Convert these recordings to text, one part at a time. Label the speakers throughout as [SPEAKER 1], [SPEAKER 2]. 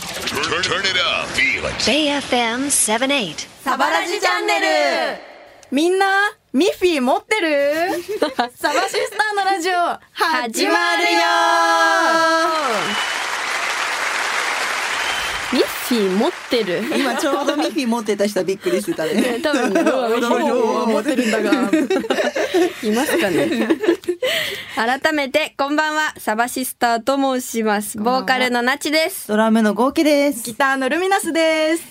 [SPEAKER 1] Turn, turn it up. Feel it.
[SPEAKER 2] JFM 78.
[SPEAKER 3] サバラジチャンネルみんな、ミッフィー持ってる サバシスターのラジオ、始まるよ
[SPEAKER 4] ミッフィー持ってる。
[SPEAKER 5] 今ちょうどミッフィー持ってた人はびっくりして たね。
[SPEAKER 4] 多分、ロア
[SPEAKER 5] ロアロア
[SPEAKER 4] 持 ってるんだが。いますかね。改めて、こんばんは、サバシスターと申します。ボーカルのなちです。
[SPEAKER 5] ドラムの合計です。
[SPEAKER 3] ギターのルミナスです。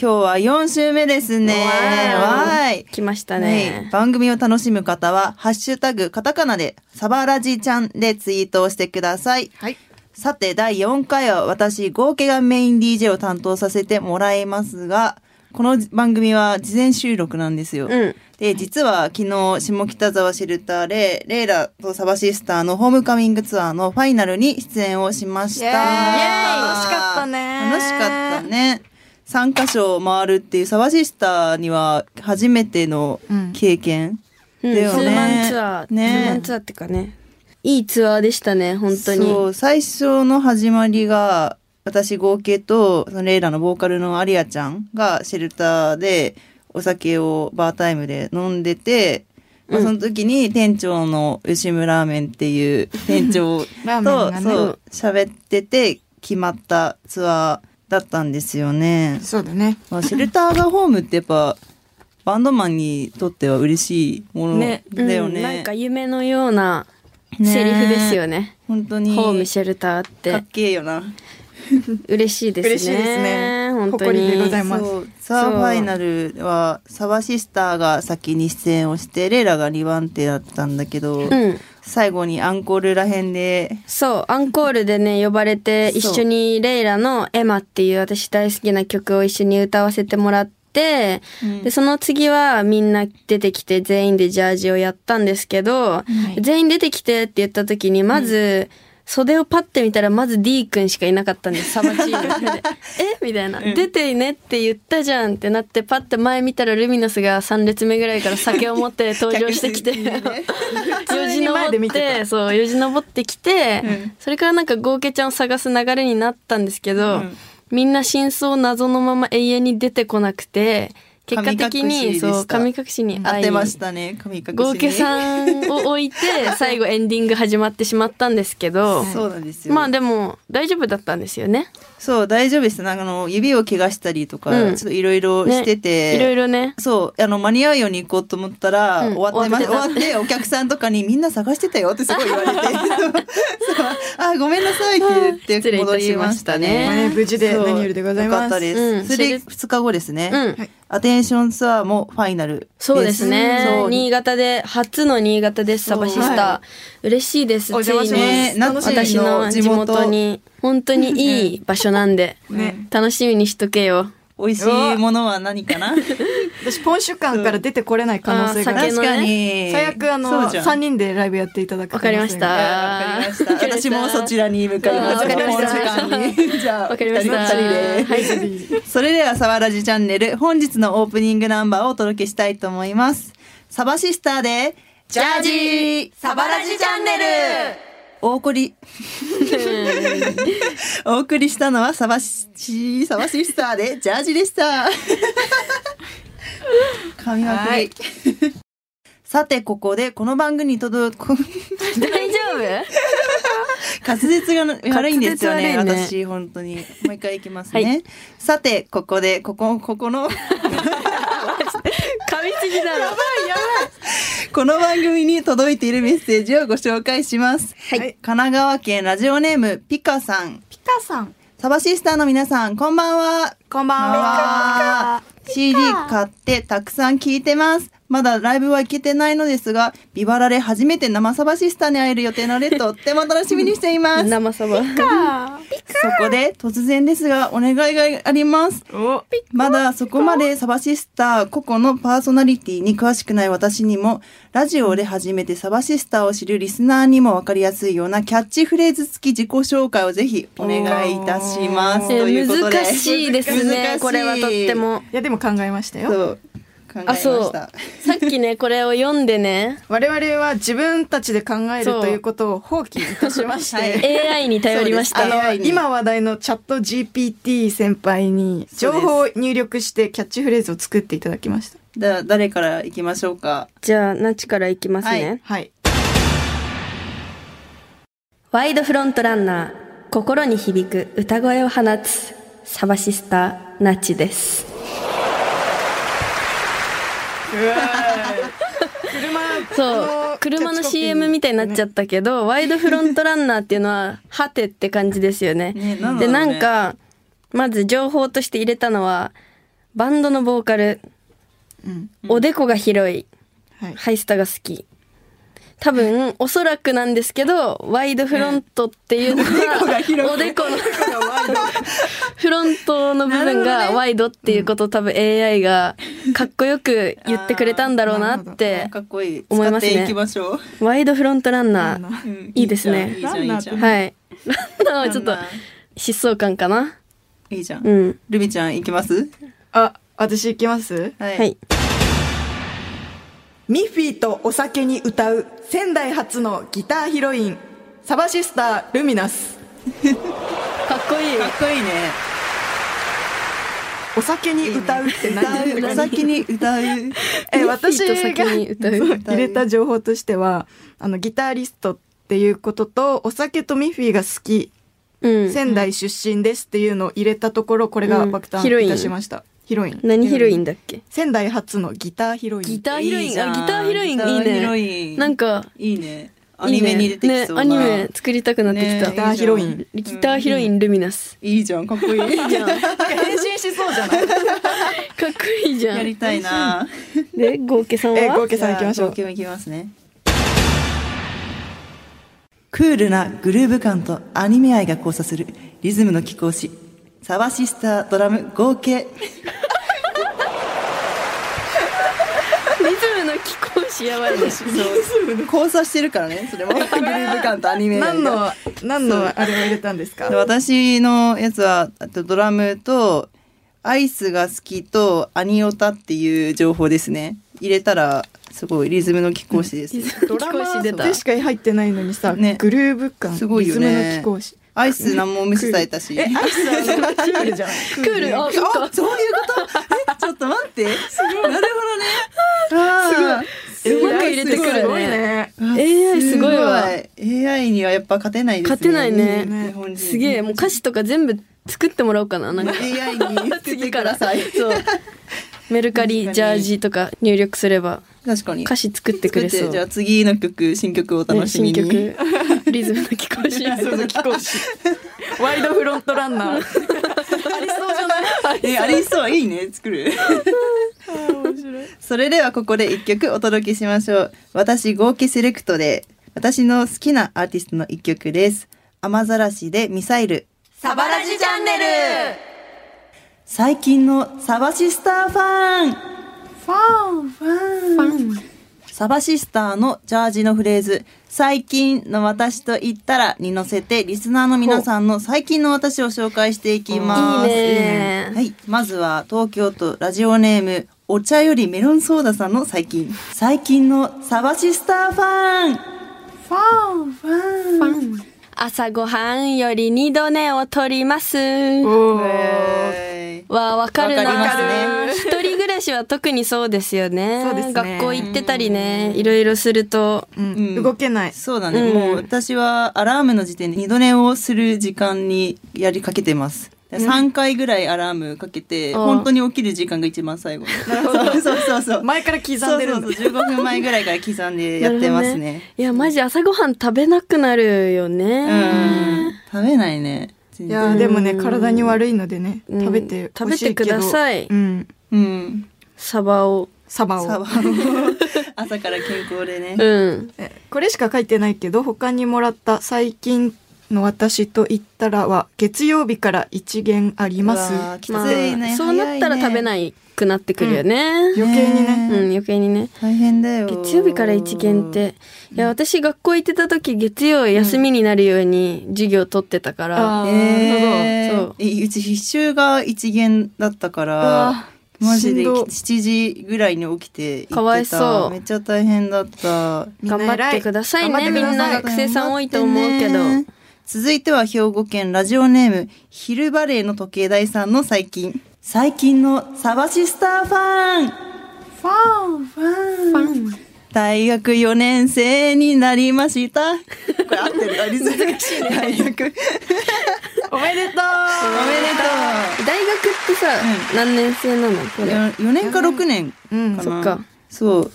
[SPEAKER 5] 今日は四週目ですね。
[SPEAKER 4] わーい
[SPEAKER 5] わーい。
[SPEAKER 4] 来ました
[SPEAKER 5] はい
[SPEAKER 4] ね。
[SPEAKER 5] 番組を楽しむ方は、ハッシュタグ、カタカナで、サバラジちゃんでツイートをしてください。
[SPEAKER 3] はい。
[SPEAKER 5] さて、第4回は私、合計がメイン DJ を担当させてもらいますが、この番組は事前収録なんですよ。
[SPEAKER 4] うん
[SPEAKER 5] で、実は昨日、下北沢シェルターで、レイラとサバシスターのホームカミングツアーのファイナルに出演をしました。
[SPEAKER 3] イエーイ楽しかったね
[SPEAKER 5] 楽しかったね。3カ所回るっていうサバシスターには初めての経験
[SPEAKER 4] うん
[SPEAKER 5] だよ
[SPEAKER 4] ツーマ
[SPEAKER 5] ね。
[SPEAKER 4] ンツアー。ツ
[SPEAKER 5] ね
[SPEAKER 4] ーマンツアーってかね。いいツアーでしたね、本当
[SPEAKER 5] そ
[SPEAKER 4] に。
[SPEAKER 5] う最初の始まりが私合計とそのレイラのボーカルのアリアちゃんがシェルターでお酒をバータイムで飲んでて、まあその時に店長の吉村ラーメンっていう店長
[SPEAKER 3] ラーメン
[SPEAKER 5] と、
[SPEAKER 3] がね
[SPEAKER 5] そう喋ってて決まったツアーだったんですよね。
[SPEAKER 3] そうだね。
[SPEAKER 5] まあ、シェルターがホームってやっぱバンドマンにとっては嬉しいものだよね。
[SPEAKER 4] うんなんか夢のような
[SPEAKER 5] ね
[SPEAKER 4] セリフですよね。
[SPEAKER 5] 本当に
[SPEAKER 4] ホームシェルターっ
[SPEAKER 5] か
[SPEAKER 4] て
[SPEAKER 5] っけえよな。
[SPEAKER 4] 嬉しいですね。
[SPEAKER 3] 嬉しいですね
[SPEAKER 4] 本当
[SPEAKER 3] 誇り
[SPEAKER 4] に。
[SPEAKER 3] でございます
[SPEAKER 5] そうさ
[SPEAKER 4] そ
[SPEAKER 5] あ
[SPEAKER 4] う
[SPEAKER 5] ファイナルはサバシスターが先に出演をしてレイラが2番手だったんだけど、
[SPEAKER 4] うん。
[SPEAKER 5] 最後にアンコールらへんで
[SPEAKER 4] そう、アンコールでね、呼ばれて、
[SPEAKER 5] そう
[SPEAKER 4] 一緒にレイラのエマっていう私大好きな曲を一緒に歌わせてもらって、で、その次はみんな出てきて全員でジャージをやったんですけど、全員出てきてって言った時に、まず、袖をパッて見たら、まず D 君しかいなかったんです、サバチー ムで。えみたいな。出ていねって言ったじゃんってなって、パッて前見たらルミナスが3列目ぐらいから酒を持って登場してき て。よじ
[SPEAKER 3] 前で
[SPEAKER 4] 登
[SPEAKER 3] 見
[SPEAKER 4] っててそうよじ登ってきて、それからなんかゴーケちゃんを探す流れになったんですけど、みんな真相を謎のまま永遠に出てこなくて結果的
[SPEAKER 5] 神隠し
[SPEAKER 4] に
[SPEAKER 5] でした
[SPEAKER 4] そう神隠しに
[SPEAKER 5] 当
[SPEAKER 4] 会い
[SPEAKER 5] てましたね神隠しに
[SPEAKER 4] ゴーケさんを 置いて最後エンディング始まってしまったんですけど
[SPEAKER 5] そうなんですよ、
[SPEAKER 4] まあでも大丈夫だったんですよね。
[SPEAKER 5] そう大丈夫ですなんかあの指を怪我したりとか、
[SPEAKER 4] うん
[SPEAKER 5] ちょっといろいろ
[SPEAKER 4] ね
[SPEAKER 5] してて、
[SPEAKER 4] いろいろね
[SPEAKER 5] そうあの間に合うように行こうと思ったら、
[SPEAKER 4] うん
[SPEAKER 5] 終わってま
[SPEAKER 4] 終
[SPEAKER 5] 終
[SPEAKER 4] わ
[SPEAKER 5] わ
[SPEAKER 4] っ
[SPEAKER 5] ってお客さんとかにみんな探してたよってすごい言 われてそうあごめんなさいって言っ
[SPEAKER 4] 失
[SPEAKER 5] て
[SPEAKER 4] 礼い
[SPEAKER 5] 戻
[SPEAKER 4] たし
[SPEAKER 5] り
[SPEAKER 4] ま
[SPEAKER 5] ま
[SPEAKER 4] し
[SPEAKER 5] したた
[SPEAKER 4] ね
[SPEAKER 5] ね。
[SPEAKER 3] ね無事で
[SPEAKER 5] そう
[SPEAKER 3] 何よりでございま
[SPEAKER 5] よ
[SPEAKER 3] す
[SPEAKER 5] かったです。
[SPEAKER 4] うん
[SPEAKER 5] そ
[SPEAKER 4] 知
[SPEAKER 5] れで
[SPEAKER 4] る
[SPEAKER 5] 2日後ですね、
[SPEAKER 4] うん
[SPEAKER 5] アテンションツアーもファイナルです。
[SPEAKER 4] そうですね
[SPEAKER 5] そ。う
[SPEAKER 4] 新潟で、初の新潟です、サバシスター。
[SPEAKER 5] は
[SPEAKER 4] 嬉しいです。
[SPEAKER 3] お邪魔します
[SPEAKER 4] つい
[SPEAKER 5] ね
[SPEAKER 4] に
[SPEAKER 5] 夏
[SPEAKER 4] 私の地元に、本当にいい場所なん で、
[SPEAKER 3] ね
[SPEAKER 4] 楽しみにしとけよ。
[SPEAKER 5] 美味しいものは何かな
[SPEAKER 3] 私、ポンシュ館から出てこれない可能性
[SPEAKER 4] あー
[SPEAKER 3] があ
[SPEAKER 4] 酒
[SPEAKER 3] る。
[SPEAKER 5] 確
[SPEAKER 4] の
[SPEAKER 5] か
[SPEAKER 4] ね
[SPEAKER 5] に
[SPEAKER 3] 最悪、あ
[SPEAKER 5] そう
[SPEAKER 3] の、
[SPEAKER 5] じゃん
[SPEAKER 3] 三人でライブやっていただく可能性が。
[SPEAKER 4] わかりました
[SPEAKER 5] いやわかりました 私もそちらに向かいます
[SPEAKER 4] あわかりました
[SPEAKER 5] この時間にじゃあ
[SPEAKER 4] わかりました。
[SPEAKER 5] 二人で
[SPEAKER 4] はい。
[SPEAKER 5] それでは、サワラジチャンネル、本日のオープニングナンバーをお届けしたいと思います。サバシスターで、ジャージー
[SPEAKER 3] サバラジチャンネル
[SPEAKER 5] お送り、お送りしたのは、サバシ、サバシスターで、ジャージでした。神まく
[SPEAKER 3] は
[SPEAKER 5] り
[SPEAKER 3] い。
[SPEAKER 5] さて、ここで、この番組に届く、
[SPEAKER 4] 大丈夫
[SPEAKER 5] 滑舌 がな悪いんですよね
[SPEAKER 4] 滑舌悪いね
[SPEAKER 5] 私本当にもう一回いきますね、
[SPEAKER 4] はい
[SPEAKER 5] さてここでここここの
[SPEAKER 4] 噛みすぎだろ。
[SPEAKER 5] この番組に届いているメッセージをご紹介します、
[SPEAKER 4] はい
[SPEAKER 5] 神奈川県ラジオネームピカさん
[SPEAKER 3] ピカさん、
[SPEAKER 5] サバシスターの皆さんこんばんは
[SPEAKER 3] こんばんは。
[SPEAKER 5] CD 買ってたくさん聴いてます。まだライブは行けてないのですが、ビバラで初めて生サバシスターに会える予定なので、とっても楽しみにしています。
[SPEAKER 4] 生サバ。
[SPEAKER 5] そこで突然ですが、お願いがあります。
[SPEAKER 3] お、
[SPEAKER 5] まだそこまでサバシスター個々のパーソナリティに詳しくない私にも、ラジオで初めてサバシスターを知るリスナーにもわかりやすいようなキャッチフレーズ付き自己紹介をぜひお願いいたします。
[SPEAKER 4] え
[SPEAKER 5] ということで
[SPEAKER 4] 難しいですね。これはとって。も。
[SPEAKER 3] いや、でも考えましたよ。
[SPEAKER 5] そう考えま
[SPEAKER 4] あ、そ
[SPEAKER 5] し
[SPEAKER 4] う。さ
[SPEAKER 5] た。
[SPEAKER 4] っきね、これを読んでね、
[SPEAKER 3] 我々は自分たちで考える
[SPEAKER 4] そう
[SPEAKER 3] ということを放棄いたしまして、
[SPEAKER 5] はい
[SPEAKER 4] AI に頼りまし
[SPEAKER 5] そう
[SPEAKER 4] た。
[SPEAKER 5] です
[SPEAKER 4] あ
[SPEAKER 3] あの
[SPEAKER 5] AI に
[SPEAKER 3] 今話題のチャット GPT 先輩に
[SPEAKER 5] そう
[SPEAKER 3] 情
[SPEAKER 5] です
[SPEAKER 3] 報を入力してキャッチフレーズを作っていただきました。
[SPEAKER 5] だ誰から行きましょうか。
[SPEAKER 4] じゃあ、ナチからいきますね。
[SPEAKER 5] はい
[SPEAKER 3] はい。
[SPEAKER 4] ワイドフロントランナー、心に響く歌声を放つ、サバシスター、ナチです。
[SPEAKER 3] 車
[SPEAKER 4] そう、車の CM みたいになっちゃ
[SPEAKER 3] っ
[SPEAKER 4] ったけど、ワイドフロントランナーっていうのは、はてって感じですよね。
[SPEAKER 5] ねなんだ
[SPEAKER 4] で、
[SPEAKER 5] ろうね
[SPEAKER 4] なんか、まず情報として入れたのは、バンドのボーカル、
[SPEAKER 3] うん
[SPEAKER 4] おでこが広い、
[SPEAKER 3] た。はい。
[SPEAKER 4] ハイスタが好き。多分、おそらくなんですけど、ワイドフロントっていうのは、おでこの、フロントの部分がワイドっていうことを多分 AI がかっこよく言ってくれたんだろうな って、
[SPEAKER 5] かっこいい。
[SPEAKER 4] 思い
[SPEAKER 5] 使
[SPEAKER 4] ま
[SPEAKER 5] っ
[SPEAKER 4] すね
[SPEAKER 5] ていきましょう。
[SPEAKER 4] ワイドフロントランナー。
[SPEAKER 5] うん
[SPEAKER 4] いいですね
[SPEAKER 5] いいじゃん、いいじゃん。
[SPEAKER 4] はい。ランナー はちょっと
[SPEAKER 5] ランナー
[SPEAKER 4] 疾走感かな。
[SPEAKER 5] いいじゃ。
[SPEAKER 4] うんん。
[SPEAKER 5] ルミちゃん行きます
[SPEAKER 3] あ、私行きます
[SPEAKER 5] は
[SPEAKER 4] はい。
[SPEAKER 3] ミッフィーとお酒に歌う仙台初のギターヒロイン、サバシスタールミナス。
[SPEAKER 4] かっこいい
[SPEAKER 5] か。っこいいね。
[SPEAKER 3] お酒に歌うって
[SPEAKER 5] 歌
[SPEAKER 3] 何
[SPEAKER 5] う、お酒に歌う。
[SPEAKER 3] え私
[SPEAKER 4] ミッフィーと
[SPEAKER 3] が
[SPEAKER 4] 先に歌う
[SPEAKER 3] そう入れた情報としてはあのギタリストっていうこととお酒とミッフィーが好き、
[SPEAKER 4] うん。
[SPEAKER 3] 仙台出身ですっていうのを入れたところこれが爆
[SPEAKER 4] うんヒロ
[SPEAKER 3] 誕
[SPEAKER 4] イン
[SPEAKER 3] いたしました、ヒロイン
[SPEAKER 4] 何ヒロインだっけ
[SPEAKER 3] 仙台初のギターヒロイン
[SPEAKER 4] ギターヒロイ
[SPEAKER 5] いい
[SPEAKER 4] ン。
[SPEAKER 5] じゃ
[SPEAKER 4] あ、
[SPEAKER 5] ん
[SPEAKER 4] ギターヒロインいい
[SPEAKER 5] ギターヒロ
[SPEAKER 4] ね
[SPEAKER 5] イ。ン
[SPEAKER 4] なんか、
[SPEAKER 5] いいね。ア
[SPEAKER 4] いい
[SPEAKER 5] ニメに出てきそうな。
[SPEAKER 4] ね、アニメ作りたくなってきた。
[SPEAKER 5] ね
[SPEAKER 3] ギターヒロイン
[SPEAKER 4] ギターヒロインルミナス。
[SPEAKER 5] いいじゃん、かっこいい。
[SPEAKER 4] いいじゃん。かっ
[SPEAKER 3] 変身しそうじ ゃない
[SPEAKER 4] こいいじゃ
[SPEAKER 5] や
[SPEAKER 4] ん
[SPEAKER 5] り。たいな。
[SPEAKER 4] で、合計さん
[SPEAKER 3] え
[SPEAKER 4] は
[SPEAKER 3] 合計さんいきましょう
[SPEAKER 5] じゃあ合計いきますね。クールなグルーヴ感とアニメ愛が交差するリズムの貴公子。サバシスタードラム合計。
[SPEAKER 4] リズムの貴公子やばいね。
[SPEAKER 5] 交差してるからね、それも。グルーヴ感とアニメ愛が。
[SPEAKER 3] 何の何のあれを入れたんですか
[SPEAKER 5] で私のやつはあとドラムとアイスが好きとアニオタっていう情報ですね入れたらすごいリズムの貴公子です、
[SPEAKER 4] 貴公子出た。
[SPEAKER 3] でしか入ってないのにさ、
[SPEAKER 5] ね
[SPEAKER 3] グルーヴ感
[SPEAKER 5] すごいよ
[SPEAKER 3] リズムの
[SPEAKER 5] ね
[SPEAKER 3] 貴公子
[SPEAKER 5] アイス何も無視されたし
[SPEAKER 3] えアイスはクール じゃん
[SPEAKER 4] クール。あ、そっか。
[SPEAKER 5] そういうことえちょっと待ってなるほどね
[SPEAKER 4] すごい。うまく入れてく
[SPEAKER 3] す
[SPEAKER 4] る
[SPEAKER 3] ごい
[SPEAKER 4] ね。
[SPEAKER 3] ね
[SPEAKER 5] あー
[SPEAKER 4] AI すごいわ
[SPEAKER 5] すごい AI にはやっぱ勝てないですね
[SPEAKER 4] 勝てないね
[SPEAKER 5] 日本人
[SPEAKER 4] すげえ、もう歌詞とか全部作ってもらおうかな。なんか
[SPEAKER 5] AI に作って
[SPEAKER 4] 次
[SPEAKER 5] く
[SPEAKER 4] から。
[SPEAKER 5] だ
[SPEAKER 4] そ
[SPEAKER 5] さ
[SPEAKER 4] う
[SPEAKER 5] い。
[SPEAKER 4] メルカリ、ジャージとか入力すれば
[SPEAKER 5] 確かに
[SPEAKER 4] 歌詞作ってくれそ
[SPEAKER 5] 作ってじゃあ
[SPEAKER 4] う。
[SPEAKER 5] 次の曲新曲をお楽しみに、
[SPEAKER 4] ね新曲。リズムの貴公子。
[SPEAKER 3] 貴公子ワイドフロントランナーありそうじゃな い
[SPEAKER 5] えありそういいね作る それではここで一曲お届けしましょう私合計セレクトで私の好きなアーティストの一曲です雨ざらしでミサイル
[SPEAKER 3] サバラジチャンネル
[SPEAKER 5] 最近のサバシスターファン
[SPEAKER 3] ファンファン
[SPEAKER 5] サバシスターのジャージのフレーズ最近の私と言ったらに乗せてリスナーの皆さんの最近の私を紹介していきます
[SPEAKER 4] いいね
[SPEAKER 5] はい、まずは東京都ラジオネームお茶よりメロンソーダさんの最近最近のサバシスターファン
[SPEAKER 3] ファンファン
[SPEAKER 4] 朝ごはんより二度寝を取ります。わ
[SPEAKER 3] おー
[SPEAKER 5] えー
[SPEAKER 4] あ、わかる
[SPEAKER 5] わか
[SPEAKER 4] な。
[SPEAKER 5] り
[SPEAKER 4] 一人暮らしは特にそうですよね。
[SPEAKER 3] そうですね
[SPEAKER 4] 学校行ってたりね、いろいろすると。
[SPEAKER 3] うん
[SPEAKER 5] うん
[SPEAKER 3] 動けない
[SPEAKER 5] そうだね、
[SPEAKER 4] うん
[SPEAKER 5] もう私はアラームの時点で二度寝をする時間にやりかけてます3回ぐらいアラームかけて、
[SPEAKER 4] ああ
[SPEAKER 5] 本当に起きる時間が一番最後なるほどそうそうそう
[SPEAKER 3] 前から刻んでる
[SPEAKER 5] そ
[SPEAKER 3] んだ
[SPEAKER 5] うそうそう15分前ぐらいから刻んでやってますね
[SPEAKER 4] なるほどいや、マジ朝ごはん食べなくなるよね。
[SPEAKER 5] うん食べないね全
[SPEAKER 3] い
[SPEAKER 5] 然
[SPEAKER 3] やーでもね体に悪いのでね
[SPEAKER 4] うん
[SPEAKER 3] 食べてほしい
[SPEAKER 4] 食べてく
[SPEAKER 3] けど
[SPEAKER 4] ださい
[SPEAKER 3] うん
[SPEAKER 5] うん
[SPEAKER 4] サバを。
[SPEAKER 3] サバ
[SPEAKER 5] サ
[SPEAKER 3] を
[SPEAKER 5] バを 朝から健康でね、
[SPEAKER 4] うん。
[SPEAKER 3] えこれしか書いてないけど他にもらった最近の私と言ったらは月曜日から一元あります
[SPEAKER 5] うわーきつい
[SPEAKER 4] まあ
[SPEAKER 5] ね、
[SPEAKER 4] そうなったら食べ
[SPEAKER 5] い
[SPEAKER 4] ないくなってくるよね。
[SPEAKER 3] 余計にね
[SPEAKER 4] うん、余計にね。
[SPEAKER 5] 大変だよ
[SPEAKER 4] 月曜日から一限って。いや、私学校行ってた時、月曜休みになるように授業取ってたから。
[SPEAKER 3] あー
[SPEAKER 5] えー、
[SPEAKER 4] なるほど
[SPEAKER 5] えうち必修が一限だったからマジで
[SPEAKER 3] しんど
[SPEAKER 5] 7時ぐらいに起きて行ってた
[SPEAKER 4] かわいそう
[SPEAKER 5] めっちゃ大変だった
[SPEAKER 3] みんな
[SPEAKER 4] 頑張ってくださいねみんな学生さん多いと思うけど
[SPEAKER 5] ね続いては兵庫県ラジオネーム昼バレーの時計台さんの最近最近のサバシスターファン
[SPEAKER 3] ファンファン
[SPEAKER 4] パン
[SPEAKER 5] 大学4年生になりました。これ合っ てる。あリズム難しいね。大学。おめでとう。
[SPEAKER 3] おめでとう
[SPEAKER 4] 大学ってさ、
[SPEAKER 5] う
[SPEAKER 4] 何年生なのこ
[SPEAKER 5] おめで
[SPEAKER 4] れ
[SPEAKER 5] とう。4年か6年かな。
[SPEAKER 3] う
[SPEAKER 4] そ
[SPEAKER 3] ん
[SPEAKER 4] っか。
[SPEAKER 5] そう。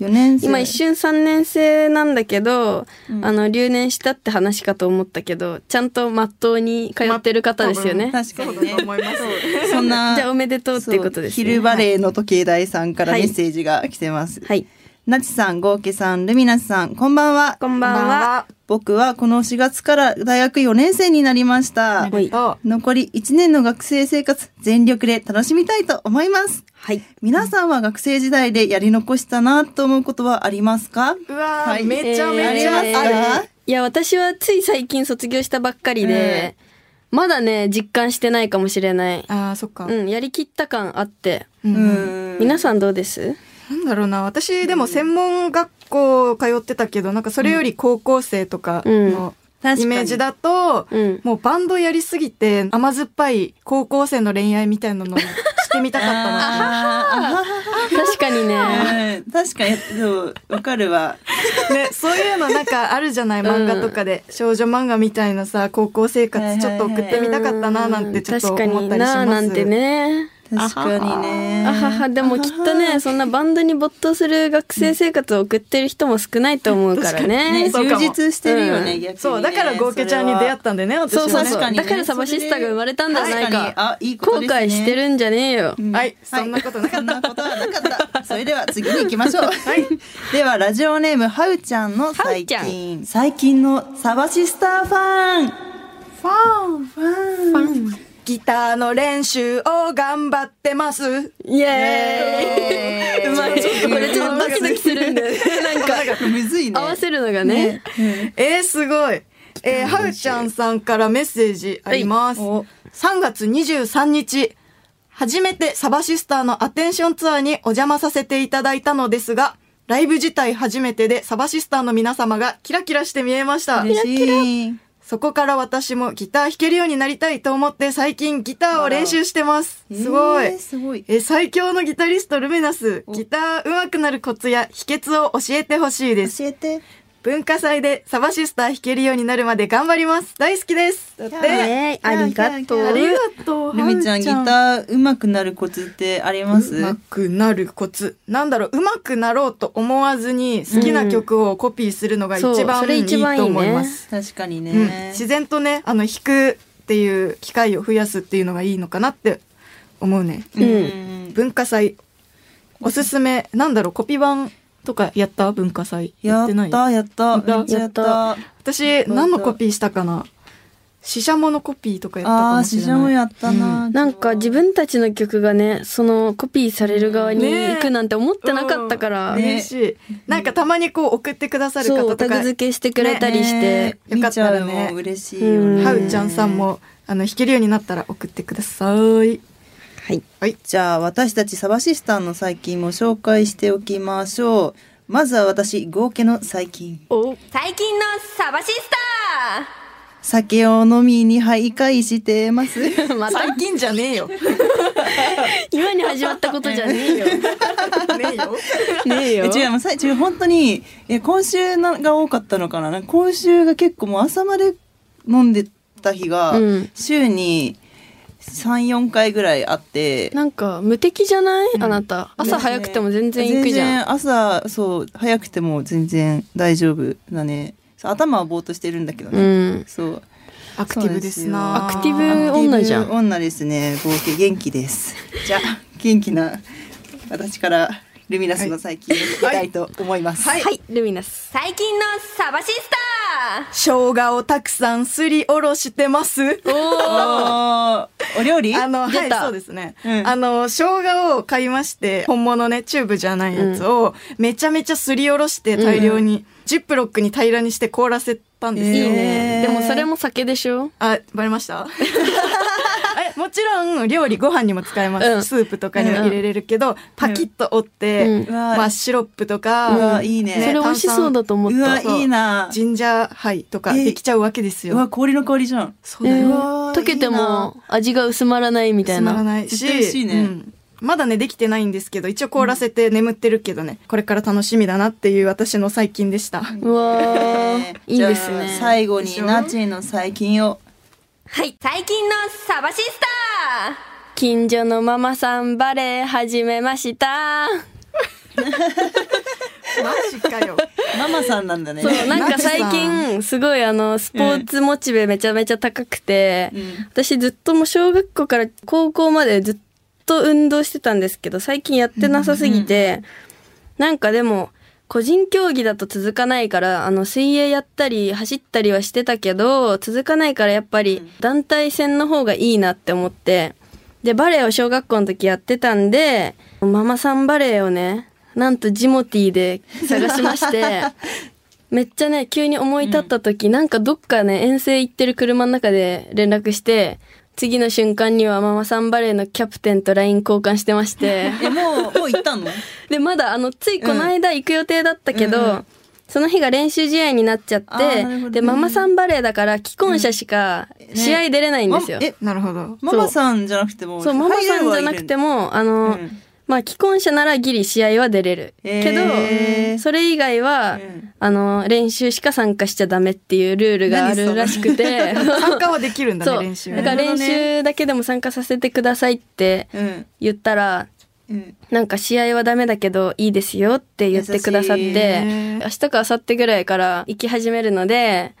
[SPEAKER 5] 4年生。
[SPEAKER 4] 今一瞬3年生なんだけど、あの留年したって話かと思ったけどちゃんとまっとうに通ってる方ですよね、
[SPEAKER 5] 確かに
[SPEAKER 3] そうだ
[SPEAKER 5] ね
[SPEAKER 3] と。思います
[SPEAKER 5] そん な。
[SPEAKER 4] じゃあおめでとうってことですね
[SPEAKER 5] そう昼バレーの時計台さんから
[SPEAKER 4] はい
[SPEAKER 5] メッセージが来てます。
[SPEAKER 4] はい
[SPEAKER 5] なちさん、ごうけさん、ルミナスさん、こんばんは。
[SPEAKER 4] こんばんは
[SPEAKER 5] 僕はこの4月から大学4年生になりました。
[SPEAKER 3] おめでと
[SPEAKER 5] 残り1年の学生生活、全力で楽しみたいと思います。
[SPEAKER 4] はい
[SPEAKER 5] 皆さんは学生時代でやり残したなと思うことはありますか
[SPEAKER 3] ううわー、
[SPEAKER 5] はい
[SPEAKER 3] めちゃめち
[SPEAKER 5] えー
[SPEAKER 3] ゃ
[SPEAKER 5] ありますか
[SPEAKER 4] いや私はつい最近卒業したばっかりで、まだね実感してないかもしれない
[SPEAKER 3] あーそっか、
[SPEAKER 4] うんやりきった感あって、
[SPEAKER 3] うん
[SPEAKER 5] うん
[SPEAKER 4] 皆さんどうです
[SPEAKER 3] なんだろうな私でも専門学校通ってたけどなんかそれより高校生とかの
[SPEAKER 5] うん
[SPEAKER 3] イメージだと、
[SPEAKER 4] うん
[SPEAKER 3] もうバンドやりすぎて甘酸っぱい高校生の恋愛みたいなのをしてみたかった な
[SPEAKER 4] 確かにね
[SPEAKER 5] うん確かに、そう、わかるわ。
[SPEAKER 3] ね、そういうのなんかあるじゃない漫画とかで、少女漫画みたいなさ高校生活ちょっと送ってみたかったななんてちょっ
[SPEAKER 4] う
[SPEAKER 3] と
[SPEAKER 4] ん確か
[SPEAKER 3] 思っ
[SPEAKER 4] に
[SPEAKER 3] たりします
[SPEAKER 4] ななんてね
[SPEAKER 5] 確かにね。
[SPEAKER 4] あははでもきっとねそんなバンドに没頭する学生生活を送ってる人も少ないと思うからね
[SPEAKER 5] ね、
[SPEAKER 3] そうか
[SPEAKER 5] 充
[SPEAKER 3] も
[SPEAKER 5] 実してるよね、
[SPEAKER 4] うん
[SPEAKER 5] 逆にね。
[SPEAKER 3] そうだからゴーケちゃんに出会ったんでね私
[SPEAKER 4] そう
[SPEAKER 3] は
[SPEAKER 4] そう
[SPEAKER 3] ね
[SPEAKER 4] そう、
[SPEAKER 5] 確かにね
[SPEAKER 4] だからサバシスタが生まれたんじゃない
[SPEAKER 5] 確か
[SPEAKER 4] か
[SPEAKER 5] にあいいこ
[SPEAKER 4] 後
[SPEAKER 5] とですね
[SPEAKER 4] 悔してるんじゃねえよ、
[SPEAKER 5] うん
[SPEAKER 3] はいそんなことなかった
[SPEAKER 5] そんなことはなかった。それでは次に行きま しょう。ではラジオネームハウちゃんの最
[SPEAKER 4] ハウち
[SPEAKER 5] 近最近のサバシスターファン。
[SPEAKER 3] ファンファン ギターの練習を頑張ってます
[SPEAKER 4] イエーイ
[SPEAKER 5] えー
[SPEAKER 4] うまいこれちょっとドキドキする んだよねなんか
[SPEAKER 5] むずいね。
[SPEAKER 4] 合わせるのがね
[SPEAKER 3] えー、すごい。えー、はうちゃんさんからメッセージあります。
[SPEAKER 5] はいお
[SPEAKER 3] 3月23日、初めてサバシスターのアテンションツアーにお邪魔させていただいたのですが、ライブ自体初めてでサバシスターの皆様がキラキラして見えました。
[SPEAKER 5] 嬉しい。
[SPEAKER 3] そこから私もギター弾けるようになりたいと思って最近ギターを練習してます。すごい。
[SPEAKER 5] えーすごい。
[SPEAKER 3] えー最強のギタリストルメナス、
[SPEAKER 5] お
[SPEAKER 3] ギター上手くなるコツや秘訣を教えてほしいです。
[SPEAKER 5] 教えて。
[SPEAKER 3] 文化祭でサバシスター弾けるようになるまで頑張ります。大好きです。だって。あ
[SPEAKER 4] ねありがとう
[SPEAKER 3] りがとう。
[SPEAKER 5] ルミちゃんギタ
[SPEAKER 3] ー。
[SPEAKER 5] ー上手くなるコツってあります？
[SPEAKER 3] うまくなるコツ。なんだろう、うまくなろうと思わずに好きな曲をコピーするのが
[SPEAKER 4] うん
[SPEAKER 3] 一
[SPEAKER 4] そう
[SPEAKER 3] 番
[SPEAKER 4] それ
[SPEAKER 3] いい
[SPEAKER 4] 一番いいね
[SPEAKER 3] と思います。
[SPEAKER 5] 確かに
[SPEAKER 3] うん
[SPEAKER 5] ね。
[SPEAKER 3] 自然とね、あの、弾くっていう機会を増やすっていうのがいいのかなって思うね。
[SPEAKER 4] うん
[SPEAKER 5] うん
[SPEAKER 3] 文化祭、おすすめ、なんだろう、コピ版とかやった文化祭。
[SPEAKER 5] や
[SPEAKER 3] や
[SPEAKER 5] っ
[SPEAKER 3] ってない
[SPEAKER 5] たやっためっちゃやっ
[SPEAKER 4] や
[SPEAKER 5] た。
[SPEAKER 3] 私何のコピーしたかなシシャモのコピーとかやったか
[SPEAKER 5] ああ
[SPEAKER 3] も
[SPEAKER 5] ー、
[SPEAKER 3] し
[SPEAKER 5] シ
[SPEAKER 3] れ
[SPEAKER 5] ジャモ
[SPEAKER 3] ない
[SPEAKER 5] やったな。
[SPEAKER 4] なんか自分たちの曲がねそのコピーされる側に行くなんて思ってなかったから、
[SPEAKER 5] ねえ
[SPEAKER 3] 嬉しいなんかたまにこう送ってくださる
[SPEAKER 4] そ
[SPEAKER 3] 方
[SPEAKER 4] う
[SPEAKER 3] と
[SPEAKER 4] タ
[SPEAKER 3] か
[SPEAKER 4] グ
[SPEAKER 3] は
[SPEAKER 4] 付けしてくれたりして、
[SPEAKER 5] ね
[SPEAKER 3] よかったらね
[SPEAKER 5] みちゃんも嬉しいよ
[SPEAKER 4] う
[SPEAKER 5] ね。
[SPEAKER 4] ん
[SPEAKER 3] うちゃんさん。もあの弾けるようになったら送ってください
[SPEAKER 4] はい
[SPEAKER 5] じゃあ私たちサバシスターの最近も紹介しておきましょう。まずは私、合計の最近。
[SPEAKER 4] お
[SPEAKER 6] 最近のサバシス
[SPEAKER 5] 酒を飲みに徘徊してます。
[SPEAKER 4] また
[SPEAKER 3] 最近じゃねえよね
[SPEAKER 4] 今に始まったことじゃねえよ
[SPEAKER 3] えよ
[SPEAKER 4] ねえ
[SPEAKER 5] え
[SPEAKER 4] よ
[SPEAKER 5] 違う、もう最中、本当に、え、今週のが多かったのかな。なんか今週が結構もう朝まで飲んでた日が、
[SPEAKER 4] うん
[SPEAKER 5] 週に3、4回ぐらいあって、
[SPEAKER 4] なんか無敵じゃない、あなた朝早くても全然行くじゃん、
[SPEAKER 5] 全然朝そう早くても全然大丈夫だねそう頭はぼーっとしてるんだけど
[SPEAKER 4] う
[SPEAKER 5] ね、
[SPEAKER 4] ん
[SPEAKER 5] そう
[SPEAKER 3] アクティブですな
[SPEAKER 4] アクティブ女じゃん
[SPEAKER 5] アクティブ女ですね合計元 気ですじゃあ元気な私からルミナスの最近を聞きたいと思います、
[SPEAKER 4] はい、ルミナス
[SPEAKER 6] タ最近のサバシスタ
[SPEAKER 3] 生姜をたくさんすりおろしてます
[SPEAKER 5] おーお料理
[SPEAKER 3] あの、は
[SPEAKER 4] 出
[SPEAKER 3] い、
[SPEAKER 4] た
[SPEAKER 3] そうですね。
[SPEAKER 5] うん
[SPEAKER 3] あの、生姜を買いまして、本物ね、チューブじゃないやつを、めちゃめちゃすりおろして大量に、ジップロックに平らにして凍らせたんですよ。
[SPEAKER 5] えー
[SPEAKER 4] でもそれも酒でしょ
[SPEAKER 3] あ、バレましたえもちろん料理ご飯にも使えます、
[SPEAKER 4] うん
[SPEAKER 3] スープとかにも入れれるけど、パキッと折って、
[SPEAKER 4] うん
[SPEAKER 3] まあ、シロップとか、
[SPEAKER 5] うわいいね
[SPEAKER 4] それ美味しそうだと思っ
[SPEAKER 5] う
[SPEAKER 4] た
[SPEAKER 5] わ、いいな。
[SPEAKER 3] ジンジャーハイとかできちゃうわけです
[SPEAKER 5] う
[SPEAKER 3] よ。
[SPEAKER 5] わ、氷の氷じゃん。
[SPEAKER 3] そうだよ、
[SPEAKER 4] えー
[SPEAKER 5] わー
[SPEAKER 4] 溶けて
[SPEAKER 5] いいな
[SPEAKER 4] も味が薄まらないみたい
[SPEAKER 3] つまら
[SPEAKER 4] な
[SPEAKER 3] ないし
[SPEAKER 5] 絶対美味しいね
[SPEAKER 3] うんまだねできてないんですけど一応凍らせて眠ってるけどね、これから楽しみだなっていう私の最近でした、
[SPEAKER 4] うわ
[SPEAKER 5] ね
[SPEAKER 4] ーいいです
[SPEAKER 5] じゃあ
[SPEAKER 4] ね
[SPEAKER 5] 最後にナチの最近を。
[SPEAKER 6] はい。最近のサバシスタ
[SPEAKER 4] 近所のママさんバレー始めました
[SPEAKER 3] マジかよ
[SPEAKER 5] ママさんなんだね。
[SPEAKER 4] そうなんか最
[SPEAKER 3] ナ
[SPEAKER 4] 近すごいあのスポーツモチベめちゃめちゃ高くて、
[SPEAKER 5] うん
[SPEAKER 4] 私ずっともう小学校から高校までずっと運動してたんですけど最近やってなさすぎて、なんかでも個人競技だと続かないからあの水泳やったり走ったりはしてたけど続かないからやっぱり団体戦の方がいいなって思ってでバレエを小学校の時やってたんでママさんバレエをねなんとジモティーで探しましてめっちゃね急に思い立った時、なんかどっかね遠征行ってる車の中で連絡して次の瞬間にはママさんバレーのキャプテンと LINE 交換してま して
[SPEAKER 5] え、もう、もう行ったの
[SPEAKER 4] でまだあのついこの間行く予定だったけど、その日が練習試合になっちゃっ
[SPEAKER 5] あーなるほ
[SPEAKER 4] て
[SPEAKER 5] ど
[SPEAKER 4] でママさんバレーだから既婚者しか試合出れないんですよ。
[SPEAKER 5] え、
[SPEAKER 3] なるほど
[SPEAKER 5] ママさんじゃなくても、
[SPEAKER 4] そうママさんじゃなくて
[SPEAKER 5] も。
[SPEAKER 4] もあの、
[SPEAKER 5] うん
[SPEAKER 4] まあ既婚者ならギリ試合は出れる、
[SPEAKER 5] えー
[SPEAKER 4] けどそれ以外は、
[SPEAKER 5] うん
[SPEAKER 4] あの練習しか参加しちゃダメっていうルールがあるらしく て
[SPEAKER 3] 参加はできるんだ
[SPEAKER 4] そ
[SPEAKER 3] ね
[SPEAKER 4] う
[SPEAKER 3] 練習
[SPEAKER 4] だから
[SPEAKER 3] ね
[SPEAKER 4] 練習だけでも参加させてくださいって
[SPEAKER 5] うん。
[SPEAKER 4] 言ったら
[SPEAKER 5] うん。
[SPEAKER 4] なんか試合はダメだけどいいですよって言ってくださっ
[SPEAKER 5] 優しい
[SPEAKER 4] て
[SPEAKER 3] ね
[SPEAKER 4] 明日か明後日ぐらいから行き始めるので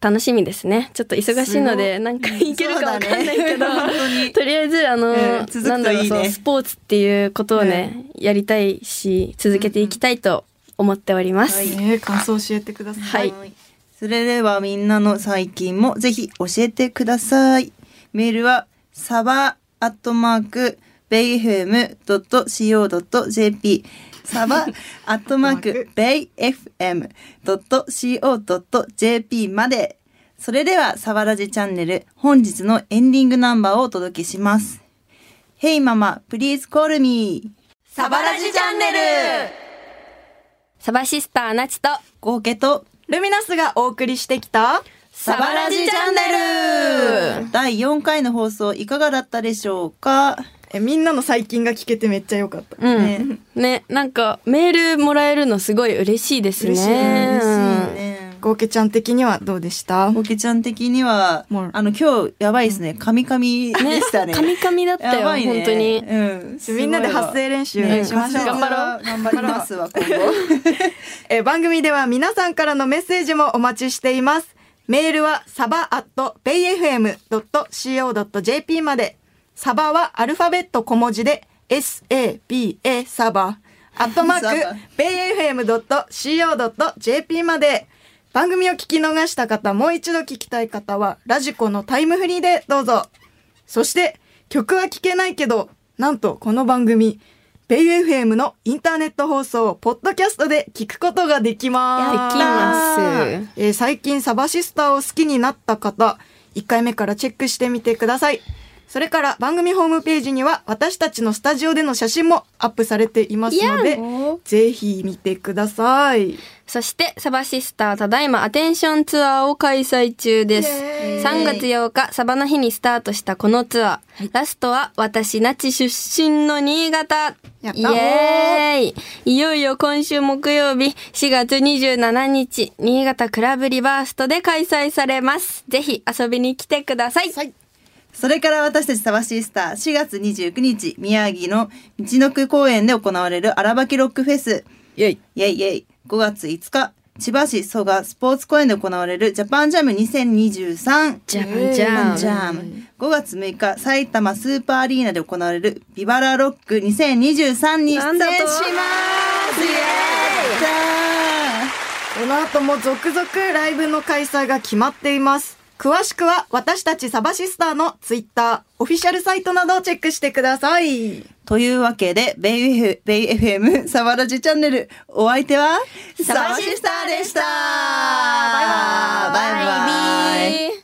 [SPEAKER 4] 楽しみですねちょっと忙しいのでなんか行けるかわかんないけど、
[SPEAKER 5] 本当 に。
[SPEAKER 4] とりあえずあの、
[SPEAKER 5] うん続くと
[SPEAKER 4] なんだろう
[SPEAKER 5] いいね
[SPEAKER 4] そうスポーツっていうことをね、やりたいし続けていきたいと思っております、
[SPEAKER 3] えー感想教えてください、
[SPEAKER 4] はい
[SPEAKER 5] それではみんなの最近もぜひ教えてください。メールはサバアットマークベイ FM.co.jp サバアットマークベイ FM.co.jp まで。それではサバラジチャンネル本日のエンディングナンバーをお届けします。Hey ママ、please call me!
[SPEAKER 6] サバラジチャンネル
[SPEAKER 4] サバシスターなちと
[SPEAKER 5] ゴーケと
[SPEAKER 3] ルミナスがお送りしてきた
[SPEAKER 5] サバラジチャンネル第4回の放送いかがだったでしょうか
[SPEAKER 3] えみんなの最近が聞けてめっちゃ良かった、
[SPEAKER 4] うんね
[SPEAKER 5] ね
[SPEAKER 4] なんかメールもらえるのすごい嬉しいですね
[SPEAKER 5] 嬉しいね嬉しいね。
[SPEAKER 3] ゴーケちゃん的にはどうでした
[SPEAKER 5] ボケちゃん的には
[SPEAKER 3] もう
[SPEAKER 5] あの今日やばいですね。カミカミでしたね。
[SPEAKER 4] カミカミだった
[SPEAKER 5] や
[SPEAKER 4] よ、
[SPEAKER 5] ばいね
[SPEAKER 4] 本当に
[SPEAKER 5] うん。すごいわ
[SPEAKER 3] みんなで発声練習しましょう
[SPEAKER 5] ね発声は頑張りますわ今後。
[SPEAKER 3] えー番組では皆さんからのメッセージもお待ちしています。メールはサバアット bayfm.co.jp まで。サバはアルファベット小文字で saba サバアットマーク
[SPEAKER 5] サバ
[SPEAKER 3] bayfm.co.jp まで。番組を聞き逃した方、もう一度聞きたい方はラジコのタイムフリーでどうぞ。そして曲は聴けないけど、なんとこの番組、ベイ FM のインターネット放送をポッドキャストで聞くことができます。
[SPEAKER 4] できます
[SPEAKER 3] えー最近サバシスターを好きになった方、1回目からチェックしてみてください。それから番組ホームページには私たちのスタジオでの写真もアップされていますので、ぜひ見てください。
[SPEAKER 4] そして、サバシスターただいまアテンションツアーを開催中です。3月8日、サバの日にスタートしたこのツアー。ラストは、私、那智出身の新潟。
[SPEAKER 3] やった
[SPEAKER 4] イエーイいよいよ今週木曜日、4月27日、新潟クラブリバーストで開催されます。ぜひ遊びに来てください。
[SPEAKER 5] それから私たちサバシスター4月29日宮城の道の区公園で行われる荒きロックフェス。
[SPEAKER 4] イェイ。
[SPEAKER 5] イェイイェイ5月5日千葉市蘇我スポーツ公園で行われるジャパンジャム2023
[SPEAKER 4] じゃんじゃん。
[SPEAKER 5] ジャム5月6日埼玉スーパーアリーナで行われるビバラロック2023に出演します
[SPEAKER 4] なんだと
[SPEAKER 5] イエーイ
[SPEAKER 3] この後も続々ライブの開催が決まっています。詳しくは私たちサバシスターのツイッター、オフィシャルサイトなどをチェックしてください。
[SPEAKER 5] というわけでベイフベイ FM サバラジチャンネルお相手は
[SPEAKER 4] サバシスターでした
[SPEAKER 5] バイバイバイバイ
[SPEAKER 4] イ